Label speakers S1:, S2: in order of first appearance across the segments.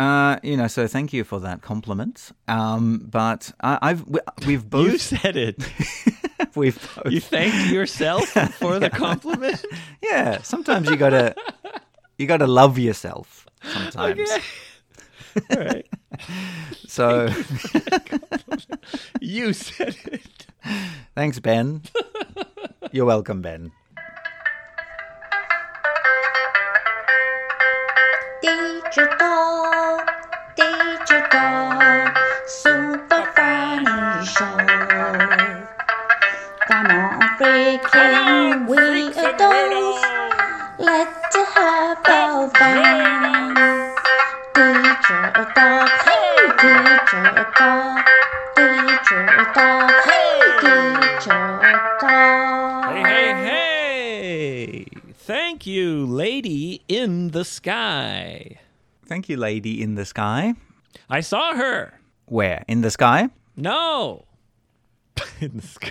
S1: Uh, you know, so thank you for that compliment. Um, but I, I've we, we've
S2: You
S1: both
S2: said it.
S1: we've both,
S2: You thanked yourself for the compliment.
S1: yeah. Sometimes you gotta you gotta love yourself. Sometimes.
S2: Okay. All right.
S1: So
S2: You said it.
S1: thanks, Ben. You're welcome, Ben.
S3: Digital, digital, super funny show. Come on, freaking weirdos, let's have a bang. Digital, hey, digital, digital, hey, digital.
S2: Hey, hey, hey. Thank you, lady in the sky.
S1: Thank you, lady in the sky.
S2: I saw her.
S1: Where in the sky?
S2: No. in the sky.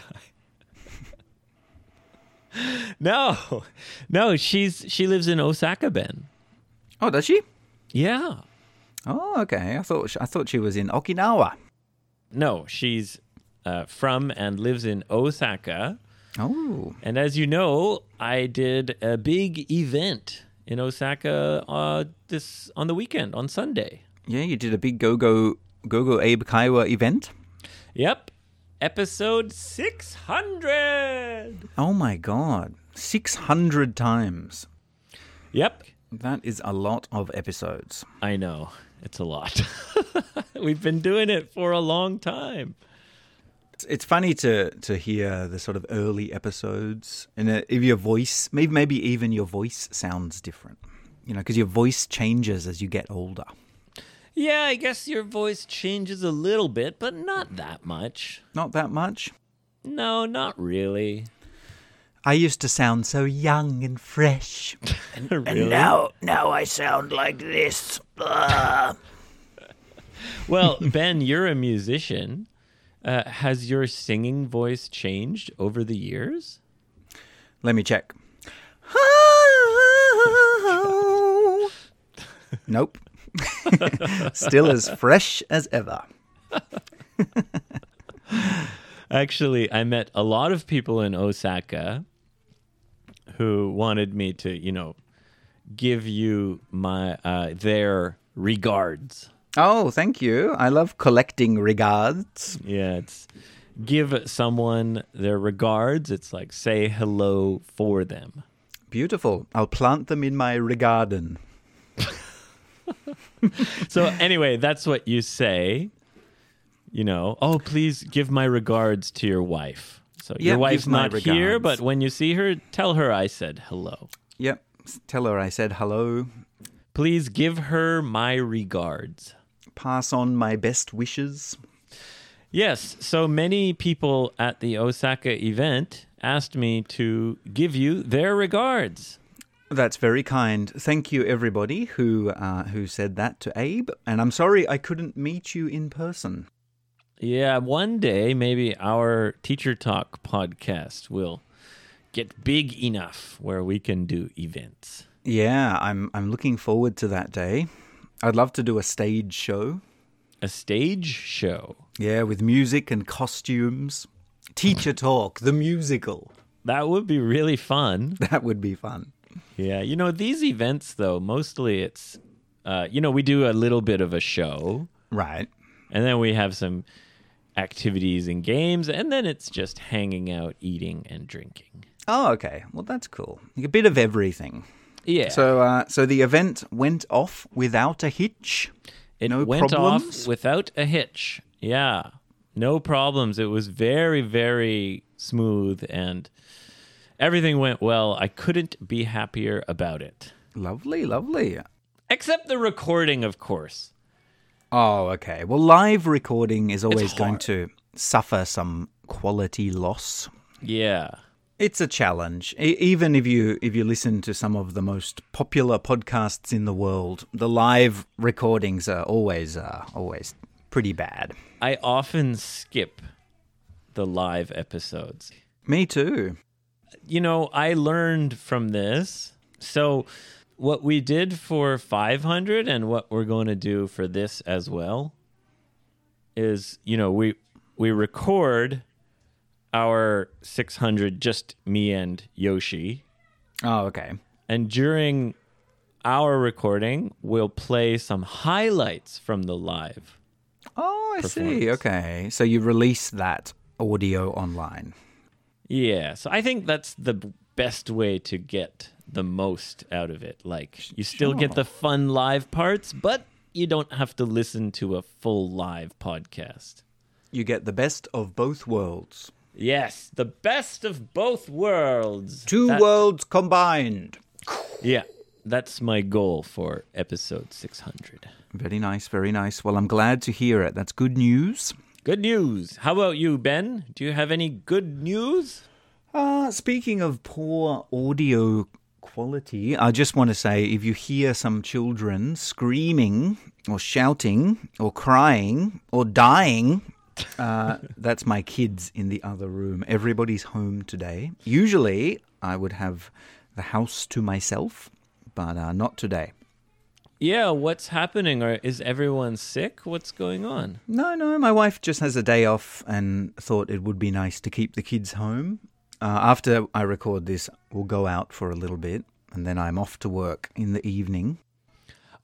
S2: no. No, she's she lives in Osaka Ben.
S1: Oh, does she?
S2: Yeah.
S1: Oh, okay. I thought sh I thought she was in Okinawa.
S2: No, she's uh, from and lives in Osaka.
S1: Oh,
S2: And as you know, I did a big event in Osaka uh, this on the weekend on Sunday.
S1: yeah. You did a big go go go go Abe Kaiwa event.
S2: Yep, episode six hundred.
S1: Oh my god, six hundred times.
S2: Yep,
S1: That is a lot of episodes.
S2: I know it's a lot. We've been doing it for a long time.
S1: It's, it's funny to to hear the sort of early episodes, and uh, if your voice, maybe maybe even your voice sounds different. You know, because your voice changes as you get older.
S2: Yeah, I guess your voice changes a little bit, but not that much.
S1: Not that much.
S2: No, not really.
S1: I used to sound so young and fresh,
S2: really?
S1: now now I sound like this. Ugh.
S2: Well, Ben, you're a musician. Uh, has your singing voice changed over the years?
S1: Let me check. nope. Still as fresh as ever.
S2: Actually, I met a lot of people in Osaka who wanted me to, you know, give you my uh, their regards.
S1: Oh, thank you. I love collecting regards.
S2: Yeah, it's give someone their regards. It's like say hello for them.
S1: Beautiful. I'll plant them in my regarden.
S2: So anyway, that's what you say. You know, oh please give my regards to your wife. So
S1: Yeah,
S2: your wife's
S1: give my
S2: not here,
S1: regards.
S2: but when you see her, tell her I said hello.
S1: Yep. S- Tell her I said hello.
S2: Please give her my regards.
S1: Pass on my best wishes.
S2: Yes. So many people at the Osaka event asked me to give you their regards.
S1: That's very kind. Thank you, everybody who uh, who said that to Abe. And I'm sorry I couldn't meet you in person.
S2: Yeah, one day maybe our Teacher Talk podcast will get big enough where we can do events.
S1: Yeah, I'm I'm looking forward to that day. I'd love to do a stage show.
S2: A stage show.
S1: Yeah, with music and costumes. Teacher talk, the musical.
S2: That would be really fun.
S1: That would be fun.
S2: Yeah, you know, these events though, mostly it's uh, you know, we do a little bit of a show
S1: Right.
S2: and then we have some activities and games and then it's just hanging out, eating and drinking.
S1: Oh, okay. Well, that's cool. A bit of everything.
S2: Yeah.
S1: So, uh, so the event went off without a hitch.
S2: it
S1: no
S2: went
S1: problems?
S2: off without a hitch. Yeah. No problems. It was very, very smooth and everything went well. I couldn't be happier about it.
S1: Lovely, lovely.
S2: Except the recording, of course.
S1: Oh, okay. Well, live recording is always going
S2: hard.
S1: to suffer some quality loss.
S2: Yeah.
S1: It's a challenge. E- even if you if you listen to some of the most popular podcasts in the world, the live recordings are always uh, always pretty bad.
S2: I often skip the live episodes.
S1: Me too.
S2: You know, I learned from this. So what we did for 500 and what we're going to do for this as well is you know we we record our 600 just me and Yoshi
S1: Oh, okay.
S2: and during our recording we'll play some highlights from the live
S1: Oh, I see. Okay. So you release that audio online.
S2: yeah so i think that's the b- best way to get the most out of it like you still get the fun live parts but you don't have to listen to a full live podcast
S1: You get the best of both worlds.
S2: Yes, the best of both worlds.
S1: Two
S2: That-
S1: worlds combined.
S2: Yeah, that's my goal for episode 600.
S1: Very nice, very nice. Well, I'm glad to hear it. That's good news.
S2: Good news. How about you, Ben? Do you have any good news?
S1: Uh, speaking of poor audio quality, I just want to say if you hear some children screaming or shouting or crying or dying, uh, that's my kids in the other room. Everybody's home today. Usually, I would have the house to myself, but uh, not today.
S2: Yeah, what's happening? Or is everyone sick? What's going on?
S1: No, no, my wife just has a day off and thought it would be nice to keep the kids home. Uh, after I record this, we'll go out for a little bit and then I'm off to work in the evening.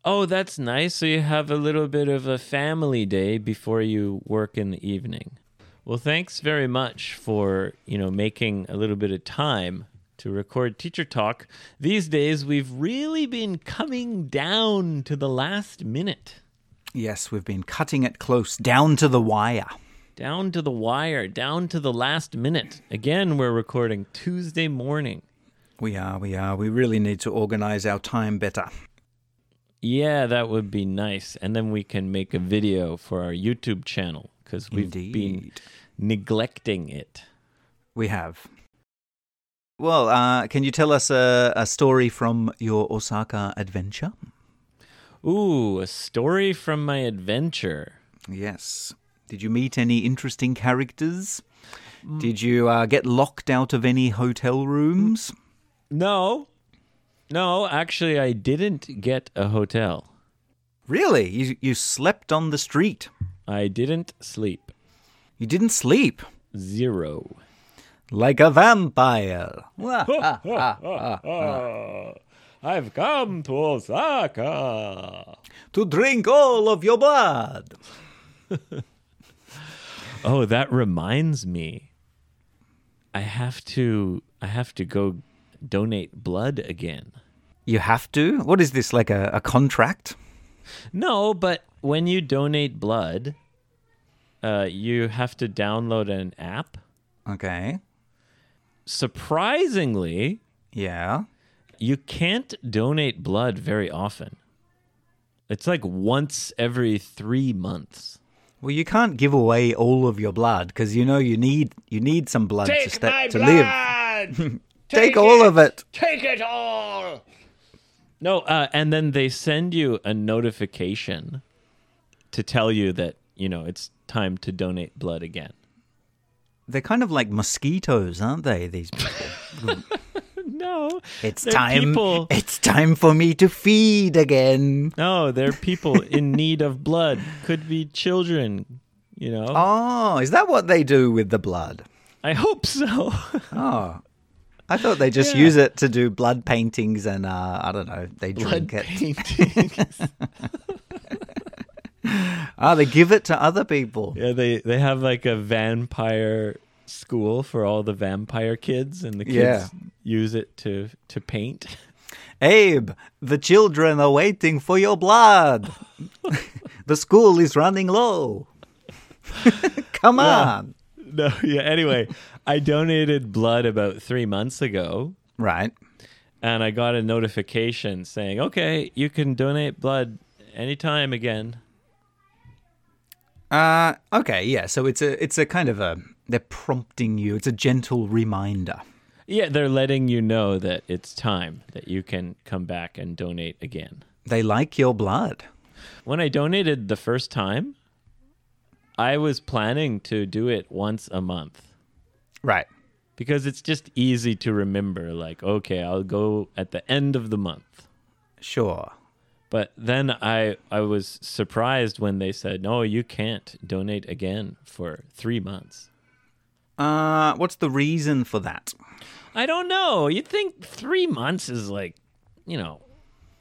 S2: Oh, that's nice. So you have a little bit of a family day before you work in the evening. Well, thanks very much for, you know, making a little bit of time to record teacher talk. These days we've really been coming down to the last minute.
S1: Yes, we've been cutting it close, down to the wire.
S2: Down to the wire, down to the last minute. Again, we're recording Tuesday morning.
S1: We are, we are. We really need to organize our time better.
S2: Yeah, that would be nice. And then we can make a video for our YouTube channel because we've been
S1: Indeed.
S2: neglecting it.
S1: We have. Well, uh, can you tell us a, a story from your Osaka adventure?
S2: Ooh, a story from my adventure.
S1: Yes. Did you meet any interesting characters? Did you uh, get locked out of any hotel rooms?
S2: No, no, actually, I didn't get a hotel.
S1: Really? You, you slept on the street.
S2: I didn't sleep.
S1: You didn't sleep.
S2: Zero.
S1: Like a vampire. Wah. ah.
S2: I've come to Osaka.
S1: to drink all of your blood.
S2: Oh, that reminds me. I have to. I have to go donate blood again.
S1: You have to? What is this, like a, a contract?
S2: No, but when you donate blood, uh, you have to download an app.
S1: Okay.
S2: surprisingly,
S1: Yeah.
S2: you can't donate blood very often. It's like once every three months.
S1: Well, you can't give away all of your blood because you know you need you need some blood to, sta- to live.
S2: live.
S1: Take, all of it.
S2: Take it all. No, uh, and then they send you a notification to tell you that you know it's time to donate blood again.
S1: They're kind of like mosquitoes, aren't they? These people.
S2: No,
S1: It's
S2: they're
S1: time.
S2: People,
S1: It's time for me to feed again.
S2: no, they're people in need of blood. Could be children. You know.
S1: Oh, is that what they do with the blood?
S2: I hope so.
S1: Oh, I thought they just use it to do blood paintings and uh, I don't know. They
S2: Blood
S1: drink it.
S2: paintings.
S1: Ah, they give it to other people.
S2: yeah, they they have like a vampire school for all the vampire kids, and the kids
S1: Yeah.
S2: use it to to paint.
S1: Abe, the children are waiting for your blood. the school is running low. Come on.
S2: No, yeah. Anyway, I donated blood about three months ago,
S1: Right.
S2: and I got a notification saying, "Okay, you can donate blood anytime again."
S1: Uh, okay. Yeah. So it's a it's a kind of a they're prompting you. It's a gentle reminder.
S2: Yeah, they're letting you know that it's time that you can come back and donate again.
S1: They like your blood.
S2: When I donated the first time, I was planning to do it once a month
S1: Right.
S2: because it's just easy to remember like, okay, I'll go at the end of the month.
S1: Sure.
S2: But then I I was surprised when they said, "No, you can't donate again for 3 months."
S1: Uh, what's the reason for that?
S2: I don't know. You'd think 3 months is like, you know,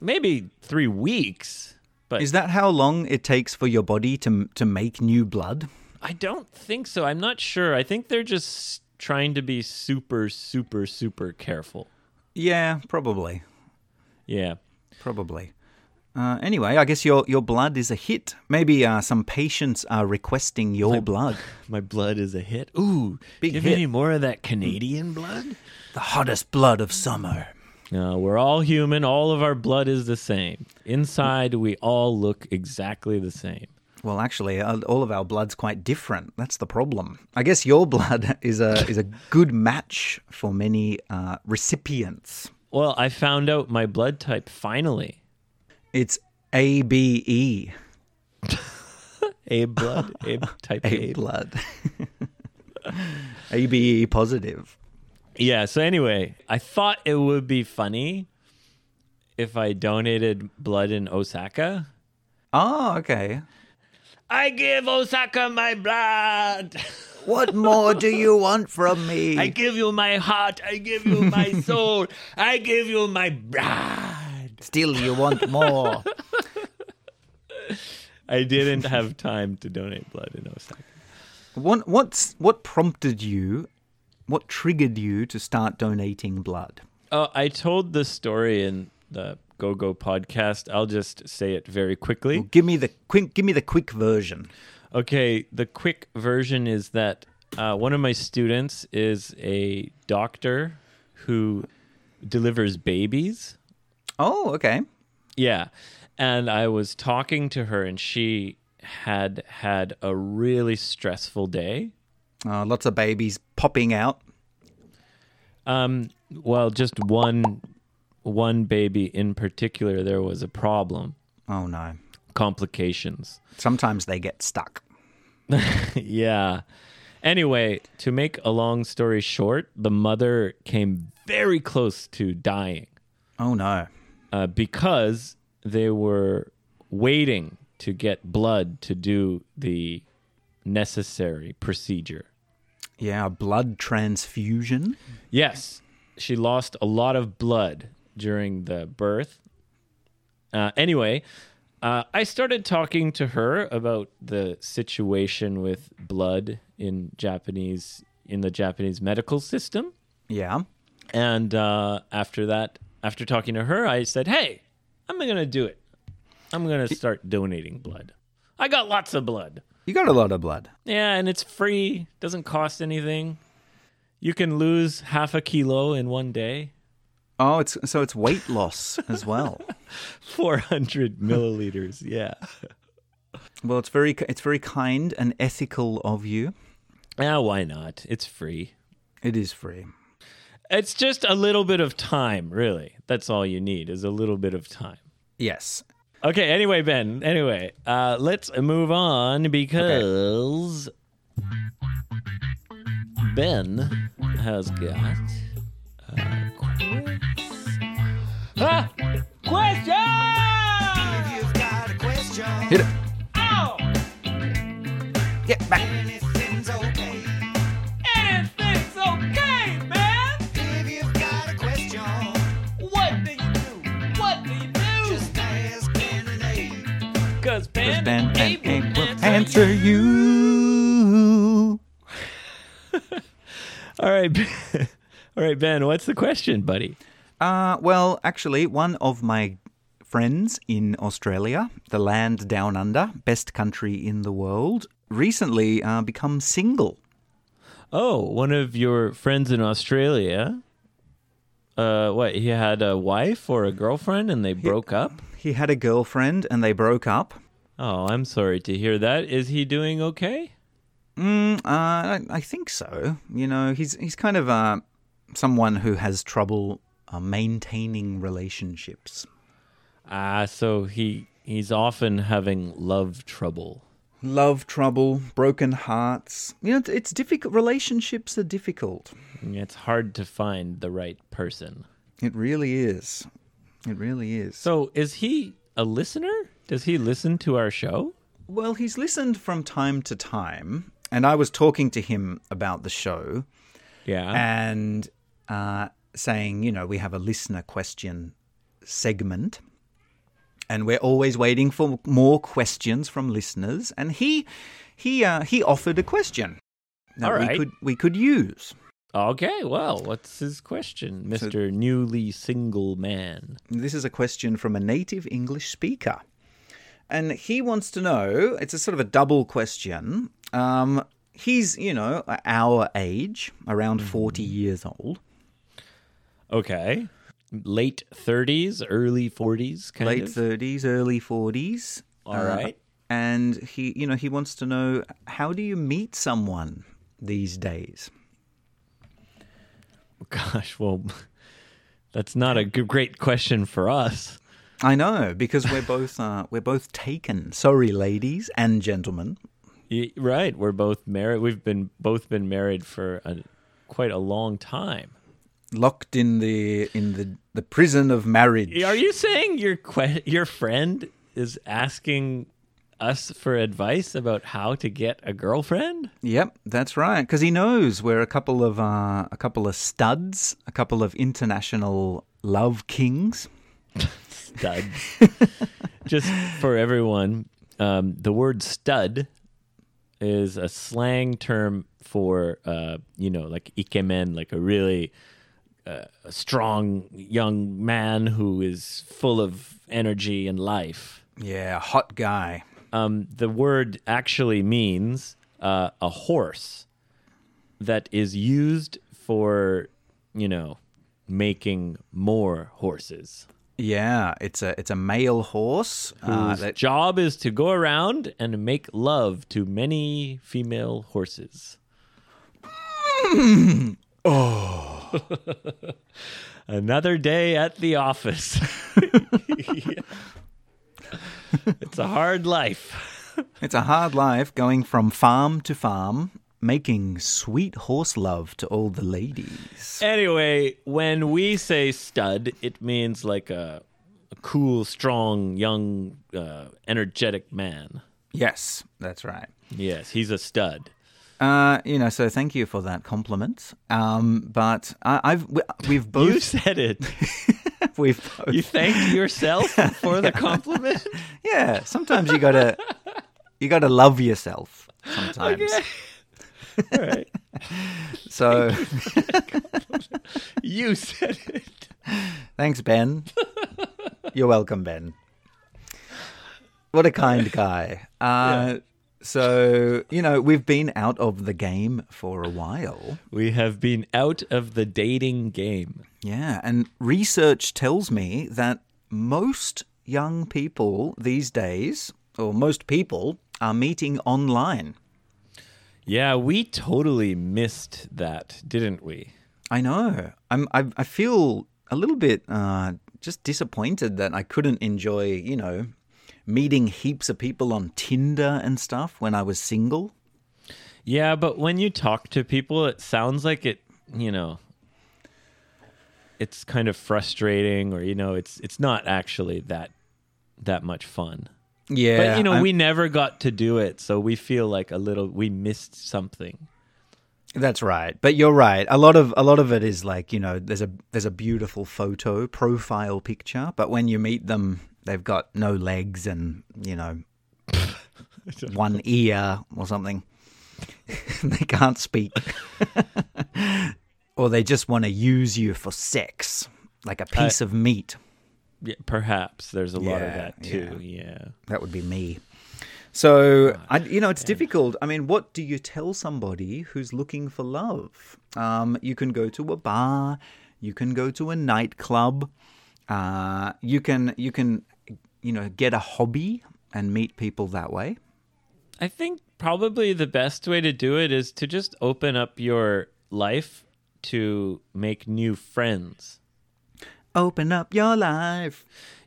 S2: maybe 3 weeks, but
S1: Is that how long it takes for your body to to make new blood?
S2: I don't think so. I'm not sure. I think they're just trying to be super super super careful.
S1: Yeah, probably,
S2: Yeah.
S1: probably. Uh, anyway, I guess your your blood is a hit. Maybe uh, some patients are requesting your blood,
S2: My blood is a hit. Ooh,
S1: Big
S2: do you have
S1: hit.
S2: any more of that Canadian blood?
S1: the hottest blood of summer.
S2: No, we're all human. All of our blood is the same. Inside, we all look exactly the same.
S1: Well, actually, uh, all of our blood's quite different. That's the problem. I guess your blood is a is a good match for many uh, recipients.
S2: Well, I found out my blood type finally.
S1: It's E. ABE,
S2: A blood, A type
S1: A
S2: A.
S1: blood. ABE positive.
S2: Yeah, so anyway, I thought it would be funny if I donated blood in Osaka.
S1: Oh, okay.
S2: I give Osaka my blood.
S1: What more do you want from me?
S2: I give you my heart. I give you my soul. I give you my blood.
S1: Still, you want more.
S2: I didn't have time to donate blood in Osaka.
S1: what, what's, what prompted you? What triggered you to start donating blood?
S2: Oh, I told this story in the Go Go podcast. I'll just say it very quickly.
S1: Give me the quick. Give me the quick version.
S2: Okay, the quick version is that uh, one of my students is a doctor who delivers babies.
S1: Oh, okay.
S2: Yeah. And I was talking to her, and she had had a really stressful day.
S1: Uh, lots of babies popping out.
S2: Um, well, just one one baby in particular, there was a problem,
S1: Oh no.
S2: complications.
S1: Sometimes they get stuck.
S2: yeah. Anyway, to make a long story short, the mother came very close to dying
S1: Oh no.
S2: uh, because they were waiting to get blood to do the necessary procedure.
S1: Yeah, a blood transfusion.
S2: Yes, she lost a lot of blood during the birth. Uh, anyway, uh, I started talking to her about the situation with blood in Japanese in the Japanese medical system,
S1: Yeah.
S2: and uh, after that, after talking to her, I said, "Hey, I'm gonna do it. I'm gonna start donating blood. I got lots of blood."
S1: You got a lot of blood.
S2: Yeah, and it's free. Doesn't cost anything. You can lose half a kilo in one day.
S1: Oh, it's so it's weight loss as well.
S2: 400 milliliters. Yeah.
S1: Well, it's very it's very kind and ethical of you.
S2: Yeah, Ah, why not? It's free.
S1: It is free.
S2: It's just a little bit of time, really. That's all you need is a little bit of time.
S1: Yes.
S2: Okay, anyway, Ben, anyway, uh, let's move on because Ben has got a quiz. Ah, question!
S4: You've got a question.
S1: Hit it.
S2: Oh,
S1: Get back.
S4: Anything's okay.
S2: anything's okay, man!
S4: If you've got a question,
S2: What do you do? What do you do?
S4: just ask Ben and Abe.
S2: Cause Ben,
S1: Ben
S2: Abe
S1: and Abe
S2: will
S1: will answer you.
S2: All right, Ben- all right, Ben. What's the question, buddy?
S1: Uh, well, actually, one of my friends in Australia, the land down under, best country in the world, recently uh, become single.
S2: Oh, one of your friends in Australia. Uh, what? He had a wife or a girlfriend, and they broke up.
S1: He had a girlfriend and they broke up.
S2: Oh, I'm sorry to hear that. Is he doing okay?
S1: Mm, uh, I, I think so. You know, he's he's kind of uh, someone who has trouble uh, maintaining relationships.
S2: Ah, so he he's often having love trouble.
S1: Love trouble, broken hearts. You know, it's, it's difficult. Relationships are difficult.
S2: It's hard to find the right person.
S1: It really is. It really is.
S2: So is he a listener? Does he listen to our show?
S1: Well, he's listened from time to time, and I was talking to him about the show
S2: Yeah.
S1: and uh, saying, you know, we have a listener question segment, and we're always waiting for more questions from listeners. And he he uh, he offered a question that
S2: All
S1: we
S2: right.
S1: could we could use.
S2: okay. Well, what's his question,
S1: So-
S2: Mister Newly Single Man?
S1: This is a question from a native English speaker. And he wants to know it's a sort of a double question. Um, he's, you know, our age, around 40
S2: Mm-hmm.
S1: years old,
S2: Okay. Late thirties, early forties, kind
S1: late uh-huh.
S2: of.
S1: 30s, early 40s.
S2: All right.
S1: And he, you know, he wants to know how do you meet someone these days?
S2: Gosh, well, that's not a g- great question for us.
S1: I know because we're both uh, we're both taken. Sorry, ladies and gentlemen.
S2: Y- Right, we're both married. We've been both been married for a, quite a long time.
S1: Locked in the in the the prison of marriage.
S2: Are you saying your que- your friend is asking us for advice about how to get a girlfriend?
S1: Yep, that's right. Because he knows we're a couple of uh, a couple of studs, a couple of international love kings.
S2: Stud. Just for everyone, um, the word stud is a slang term for uh, you know like ikemen, like a really uh, a strong young man who is full of energy and life.
S1: Yeah, hot guy.
S2: um, the word actually means uh, a horse that is used for, you know, making more horses.
S1: Yeah, it's a it's a male horse. Uh,
S2: Whose
S1: that,
S2: job is to go around and make love to many female horses.
S1: Mm.
S2: oh. Another day at the office. it's a hard life.
S1: it's a hard life going from farm to farm, making sweet horse love to all the ladies.
S2: Anyway, when we say stud, it means like a, a cool, strong, young, uh, energetic man.
S1: Yes, that's right.
S2: Yes, he's a stud.
S1: Uh, you know, so thank you for that compliment. Um, but I, I've we, we've
S2: You
S1: both
S2: said it.
S1: we've both
S2: You thanked yourself for the compliment.
S1: Yeah, sometimes you gotta you gotta love yourself. Sometimes,
S2: All right.
S1: so
S2: You said it.
S1: thanks, Ben. You're welcome, Ben. What a kind guy. Uh, So you know we've been out of the game for a while.
S2: We have been out of the dating game.
S1: Yeah, and research tells me that most young people these days, or most people, are meeting online.
S2: Yeah, we totally missed that, didn't we?
S1: I know. I'm. I, I feel a little bit uh, just disappointed that I couldn't enjoy, you know, meeting heaps of people on Tinder and stuff when I was single.
S2: Yeah, but when you talk to people, it sounds like it, you know, it's kind of frustrating or you know, it's it's not actually that that much fun.
S1: Yeah,
S2: but you know, we never got to do it, so we feel like a little we missed something.
S1: That's right. But you're right. A lot of a lot of it is like you know, there's a there's a beautiful photo profile picture, but when you meet them, they've got no legs and you know, one ear or something. they can't speak, or they just want to use you for sex, like a piece of meat.
S2: Yeah, perhaps there's a lot of
S1: Yeah,
S2: that too. Yeah.
S1: That would be me. So, I, you know, it's difficult. I mean, what do you tell somebody who's looking for love? Um, you can go to a bar, you can go to a nightclub, uh, you can you can you know get a hobby and meet people that way.
S2: I think probably the best way to do it is to just open up your life to make new friends.
S1: Open up your life.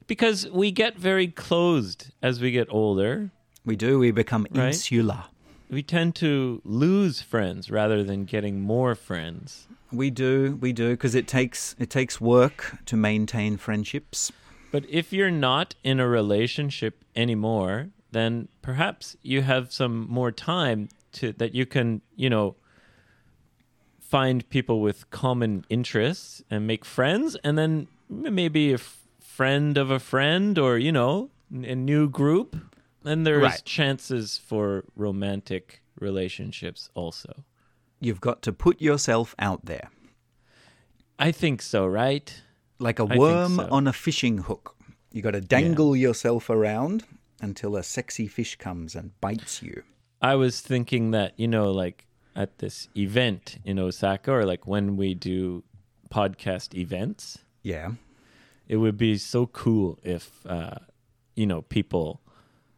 S2: Because we get very closed as we get older.
S1: We do. We become
S2: Right.
S1: insular.
S2: we tend to lose friends rather than getting more friends.
S1: We do. We do because it takes it takes work to maintain friendships.
S2: But if you're not in a relationship anymore, then perhaps you have some more time to that you can, you know, find people with common interests and make friends and then m- maybe a f- friend of a friend or, you know, n- a new group. And there's
S1: Right.
S2: chances for romantic relationships also.
S1: You've got to put yourself out there
S2: I think so, right?
S1: like a
S2: think
S1: worm
S2: so.
S1: on a fishing hook. You got to dangle yourself around until a sexy fish comes and bites you.
S2: I was thinking that, you know, like at this event in Osaka or like when we do podcast events,
S1: Yeah.
S2: it would be so cool if, uh, you know, people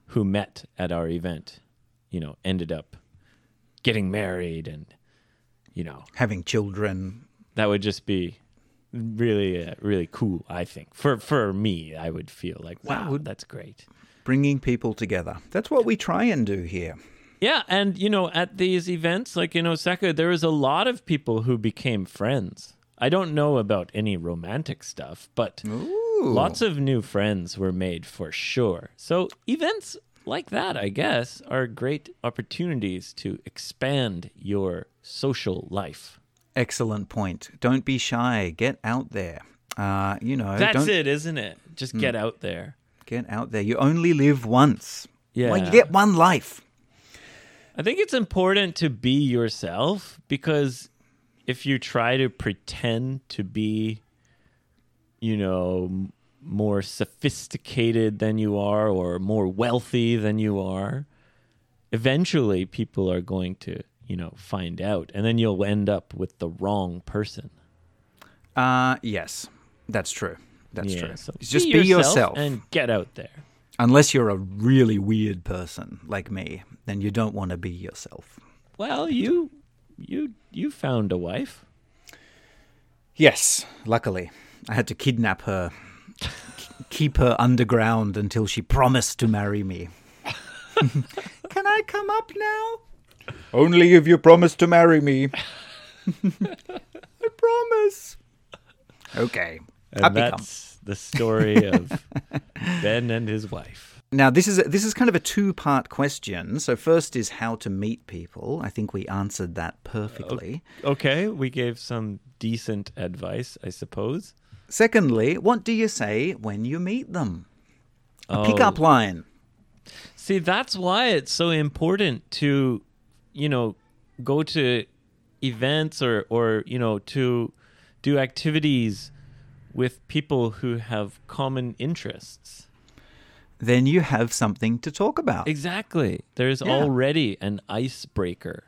S2: who met at our event, you know, ended up getting married and, you know,
S1: Having children.
S2: that would just be really, uh, really cool, I think. For, for me, I would feel like, wow, that's great.
S1: Bringing people together. That's what we try and do here.
S2: Yeah, and you know, at these events, like in Osaka, there was a lot of people who became friends. I don't know about any romantic stuff, but lots of new friends were made for sure. So events like that, I guess, are great opportunities to expand your social life.
S1: Excellent point. Don't be shy. Get out there. Uh, you know,
S2: That's
S1: don't
S2: it, isn't it? Just get out there.
S1: get out there. You only live once.
S2: Yeah.
S1: Well, you get one life.
S2: I think it's important to be yourself because if you try to pretend to be, you know, m- more sophisticated than you are or more wealthy than you are, eventually people are going to, you know, find out. And then you'll end up with the wrong person.
S1: Uh, yes, that's true. That's true.
S2: so
S1: Just be yourself.
S2: and get out there.
S1: Unless you're a really weird person like me, then you don't want to be yourself.
S2: Well, you you you found a wife.
S1: Yes, luckily. I had to kidnap her, k- keep her underground until she promised to marry me. Can I come up now? Only if you promise to marry me. I promise. Okay.
S2: And
S1: Happy come.
S2: that's the story of Ben and his wife.
S1: Now this is this is kind of a two-part question. So first is how to meet people. I think we answered that perfectly.
S2: Okay, we gave some decent advice, I suppose.
S1: Secondly, what do you say when you meet them? A
S2: Oh.
S1: pickup line.
S2: See, that's why it's so important to, you know, go to events or or you know to do activities with people who have common interests.
S1: Then you have something to talk about.
S2: Exactly. There's already an icebreaker.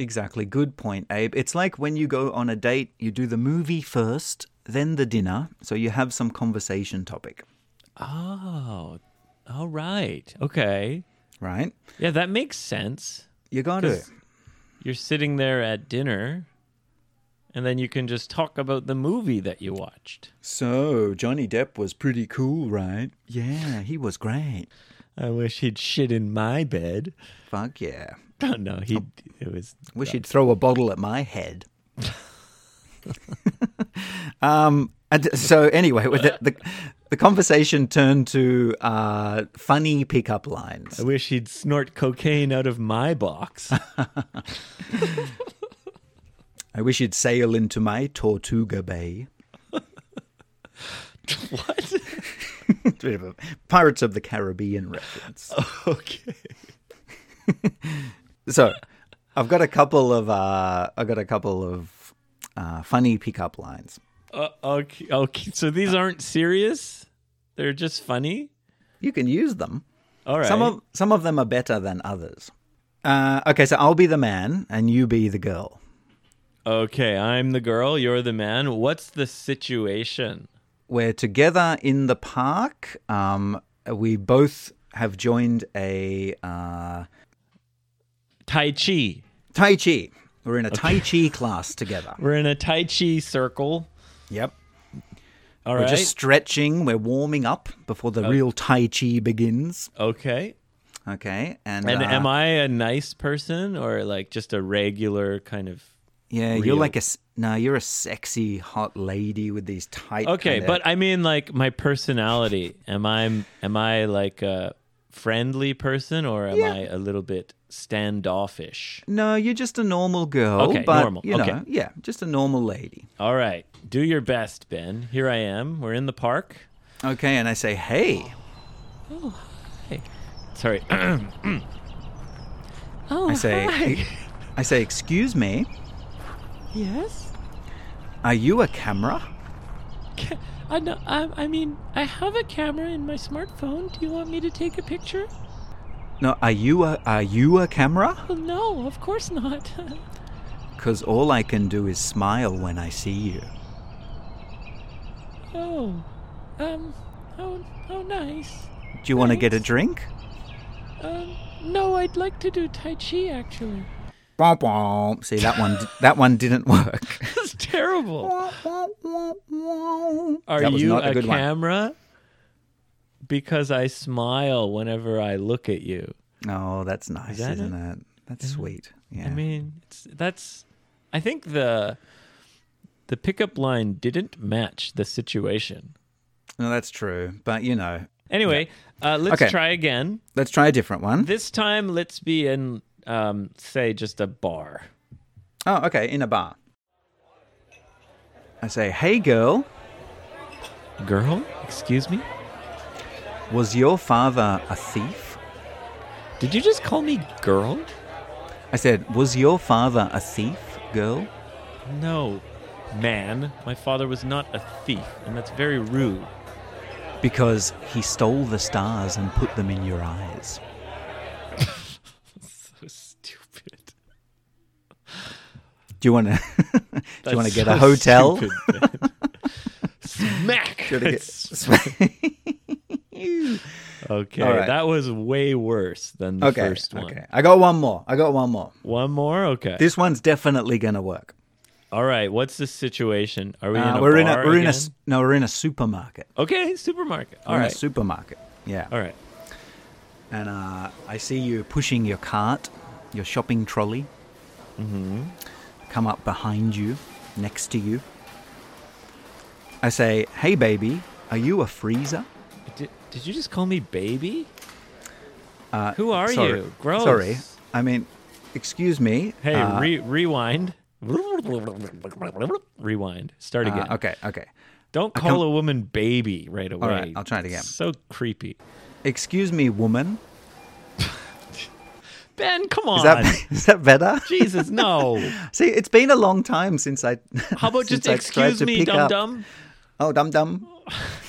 S1: Exactly. Good point, Abe. It's like when you go on a date, you do the movie first, then the dinner, so you have some conversation topic,
S2: Oh, all right. Okay.
S1: right?
S2: Yeah, that makes sense.
S1: You got to.
S2: 'Cause You're sitting there at dinner, and then you can just talk about the movie that you watched.
S1: So, Johnny Depp was pretty cool, right? Yeah, he was great.
S2: I wish he'd shit in my bed.
S1: Fuck yeah.
S2: Oh, no, he it was.
S1: Wish he'd throw a bottle at my head. um, and so anyway, with the, the the conversation turned to uh, funny pickup lines.
S2: I wish he'd snort cocaine out of my box.
S1: I wish you'd sail into my Tortuga Bay.
S2: what?
S1: It's a bit of a Pirates of the Caribbean reference.
S2: okay.
S1: So, I've got a couple of uh, I've got a couple of uh, funny pickup lines.
S2: Uh, okay. Okay. So these aren't serious. They're just funny.
S1: You can use them.
S2: All right.
S1: Some of some of them are better than others. Uh, okay, so I'll be the man and you be the girl.
S2: okay. I'm the girl. You're the man. What's the situation?
S1: We're together in the park. Um, we both have joined a uh,
S2: Tai Chi.
S1: Tai Chi. We're in a Tai Chi class together.
S2: We're in a Tai Chi circle.
S1: Yep.
S2: All
S1: We're
S2: right. Oh.
S1: just stretching. We're warming up before the real Tai Chi begins.
S2: Okay.
S1: Okay. And,
S2: And
S1: uh,
S2: am I a nice person or like just a regular kind of
S1: Yeah, you're
S2: real.
S1: like a s- no, you're a sexy hot lady with these tight.
S2: Okay,
S1: kinda-
S2: but I mean, like my personality. am I am I like a friendly person, or am I a little bit standoffish?
S1: no, you're just a normal girl.
S2: Okay,
S1: but,
S2: normal.
S1: You know,
S2: Okay.
S1: yeah, just a normal lady.
S2: All right, do your best, Ben. Here I am. We're in the park.
S1: Okay, and I say, hey,
S2: Sorry. Oh,
S1: I say, I say, excuse me,
S2: yes.
S1: are you a camera?
S2: I know. I, I mean, I have a camera in my smartphone. Do you want me to take a picture?
S1: No, are you a are you a camera?
S2: Well, no, of course not.
S1: Because all I can do is smile when I see you.
S2: oh, um, how how nice.
S1: Do you want to get a
S2: Thanks.
S1: drink?
S2: Um, no, I'd like to do tai chi actually.
S1: Bom, bom. See that one? That one didn't work.
S2: That's terrible. Are
S1: That was
S2: you
S1: not
S2: a,
S1: a good one.
S2: camera? Because I smile whenever I look at you.
S1: Oh, that's nice,
S2: that
S1: isn't it? That's sweet. Yeah.
S2: I mean, it's, that's. I think the the pickup line didn't match the situation.
S1: no, that's true. But you know,
S2: Anyway, uh, let's
S1: Okay.
S2: try again.
S1: let's try a different one.
S2: This time, let's be in, um, say, just a bar.
S1: Oh, okay, in a bar. I say, "Hey, girl,
S2: Girl, excuse me.
S1: was your father a thief?"
S2: Did you just call me girl?
S1: I said, "Was your father a thief, girl?"
S2: No, man. My father was not a thief, and that's very rude.
S1: Because he stole the stars and put them in your eyes.
S2: So stupid.
S1: Do you want to? do you want to
S2: That's
S1: get a
S2: so
S1: hotel?
S2: stupid, man. Smack. It's- Okay,
S1: All right.
S2: that was way worse than the
S1: okay,
S2: first one.
S1: okay. I got one more. I got one more.
S2: One more. Okay.
S1: This one's definitely gonna work.
S2: All right. What's the situation? Are we in
S1: Uh,
S2: a
S1: we're in a
S2: bar
S1: we're in a
S2: again?
S1: s- no we're in a supermarket.
S2: okay supermarket. All
S1: we're
S2: right.
S1: in a supermarket. Yeah.
S2: All right.
S1: and uh, I see you pushing your cart, your shopping trolley. Mm-hmm. Come up behind you, next to you. I say, "Hey, baby, are you a freezer?"
S2: Did, did you just call me baby? Who are
S1: Uh, sorry,
S2: you? Gross.
S1: Sorry. I mean, excuse me.
S2: Hey,
S1: uh,
S2: re- rewind. Rewind. Start
S1: uh,
S2: again.
S1: okay, okay.
S2: Don't
S1: I come-
S2: call a woman baby right away.
S1: right, I'll try it
S2: It's
S1: again.
S2: So creepy.
S1: Excuse me, woman.
S2: Ben, come on.
S1: Is that is that better?
S2: Jesus, no.
S1: See, it's been a long time since I.
S2: How about just
S1: since I tried
S2: excuse
S1: to
S2: me,
S1: pick
S2: dum
S1: up-
S2: dum?
S1: Oh, dum dum.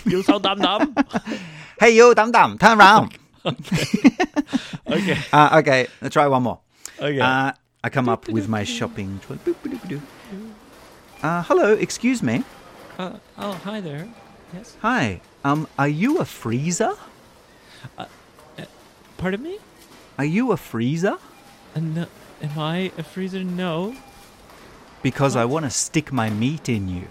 S2: You so dum dum?
S1: Hey, you, dum dum, turn around.
S2: Okay.
S1: uh, okay, let's try one more.
S2: Okay.
S1: Uh, I come up with my shopping trolley. Boop, boop, boop, boop. Uh, hello, excuse me.
S2: Uh, oh, hi there. Yes.
S1: Hi. Um, are you a freezer?
S2: Pardon me?
S1: Are you a freezer?
S2: Uh, no, am I a freezer? No.
S1: Because I want to stick my meat in you.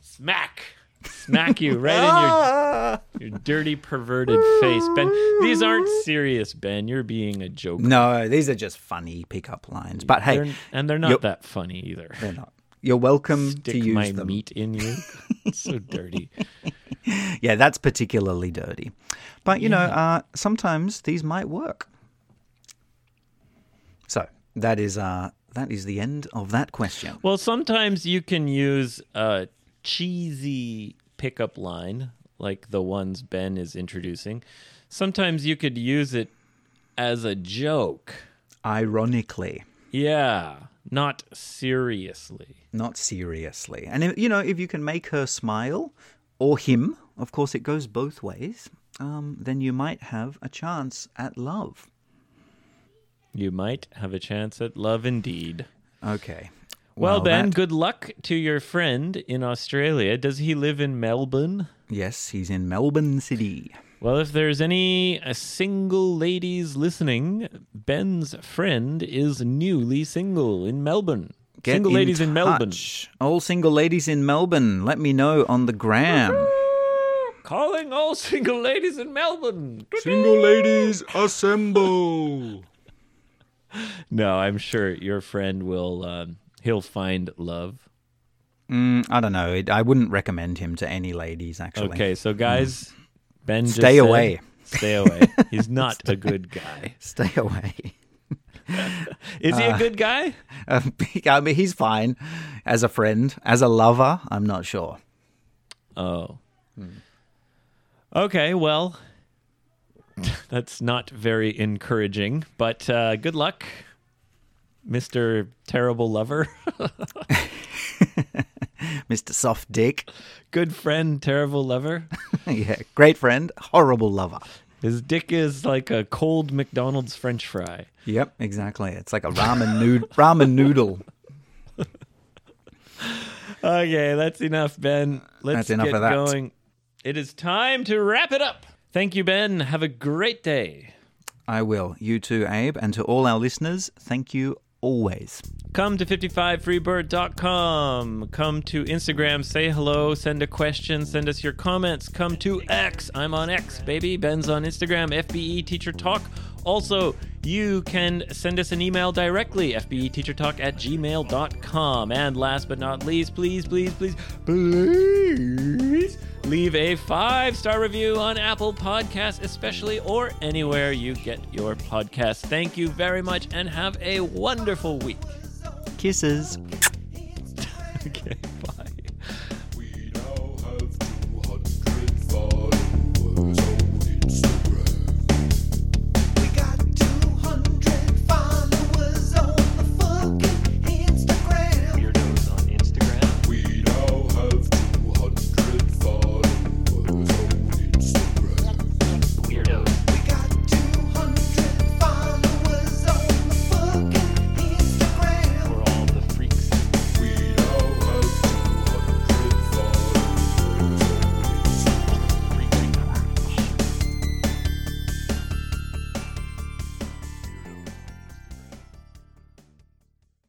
S2: Smack. Smack you right
S1: Ah!
S2: in your, your dirty, perverted face, Ben. These aren't serious, Ben. You're being a joker.
S1: No, these are just funny pickup lines. But hey,
S2: They're- and they're not
S1: Yep.
S2: that funny either.
S1: they're not. You're welcome
S2: Stick
S1: to use
S2: my
S1: them.
S2: meat in you. It's so dirty.
S1: Yeah, that's particularly dirty. But you know, uh, sometimes these might work. So that is uh, that is the end of that question.
S2: Well, sometimes you can use a cheesy pickup line like the ones Ben is introducing. Sometimes you could use it as a joke.
S1: Ironically.
S2: Yeah, not seriously.
S1: not seriously. And if- you know, if you can make her smile or him, of course, it goes both ways. Um, then you might have a chance at love.
S2: You might have a chance at love indeed.
S1: Okay.
S2: Well, Ben,
S1: that-
S2: good luck to your friend in Australia. Does he live in Melbourne?
S1: yes, he's in Melbourne City.
S2: Well, if there's any uh, single ladies listening, Ben's friend is newly single in Melbourne.
S1: Get
S2: single
S1: in
S2: ladies in Melbourne.
S1: touch. All single ladies in Melbourne, let me know on the gram.
S2: Calling all single ladies in Melbourne.
S1: Single ladies assemble.
S2: No, I'm sure your friend will. Um, he'll find love.
S1: Mm, I don't know. It, I wouldn't recommend him to any ladies, actually.
S2: Okay, so guys, Ben, just
S1: Mm. Stay
S2: said,
S1: away.
S2: Stay away. He's not a good guy.
S1: Stay away.
S2: Is
S1: Uh,
S2: he a good guy?
S1: Um, I mean, he's fine as a friend. As a lover, I'm not sure.
S2: Oh.
S1: Hmm.
S2: Okay, well, that's not very encouraging, but uh, good luck, Mr. Terrible Lover.
S1: Mr. Soft Dick.
S2: good friend, Terrible Lover.
S1: yeah, great friend, horrible lover.
S2: His dick is like a cold McDonald's french fry.
S1: Yep, exactly. It's like a ramen nood ramen noodle.
S2: Okay, that's enough, Ben.
S1: That's
S2: Let's
S1: enough
S2: get
S1: of that.
S2: going. It is time to wrap it up. Thank you, Ben. Have a great day.
S1: I will. You too, Abe, and to all our listeners, thank you always.
S2: Come to 55freebird.com. Come to Instagram, say hello, send a question, send us your comments. Come to X. I'm on X, baby. Ben's on Instagram, FBE Teacher Talk. Also, you can send us an email directly, fbeteachertalk at gmail.com. And last but not least, please, please, please, please leave a five star review on Apple Podcasts, especially, or anywhere you get your podcast. Thank you very much and have a wonderful week.
S1: Kisses.
S2: Okay, bye.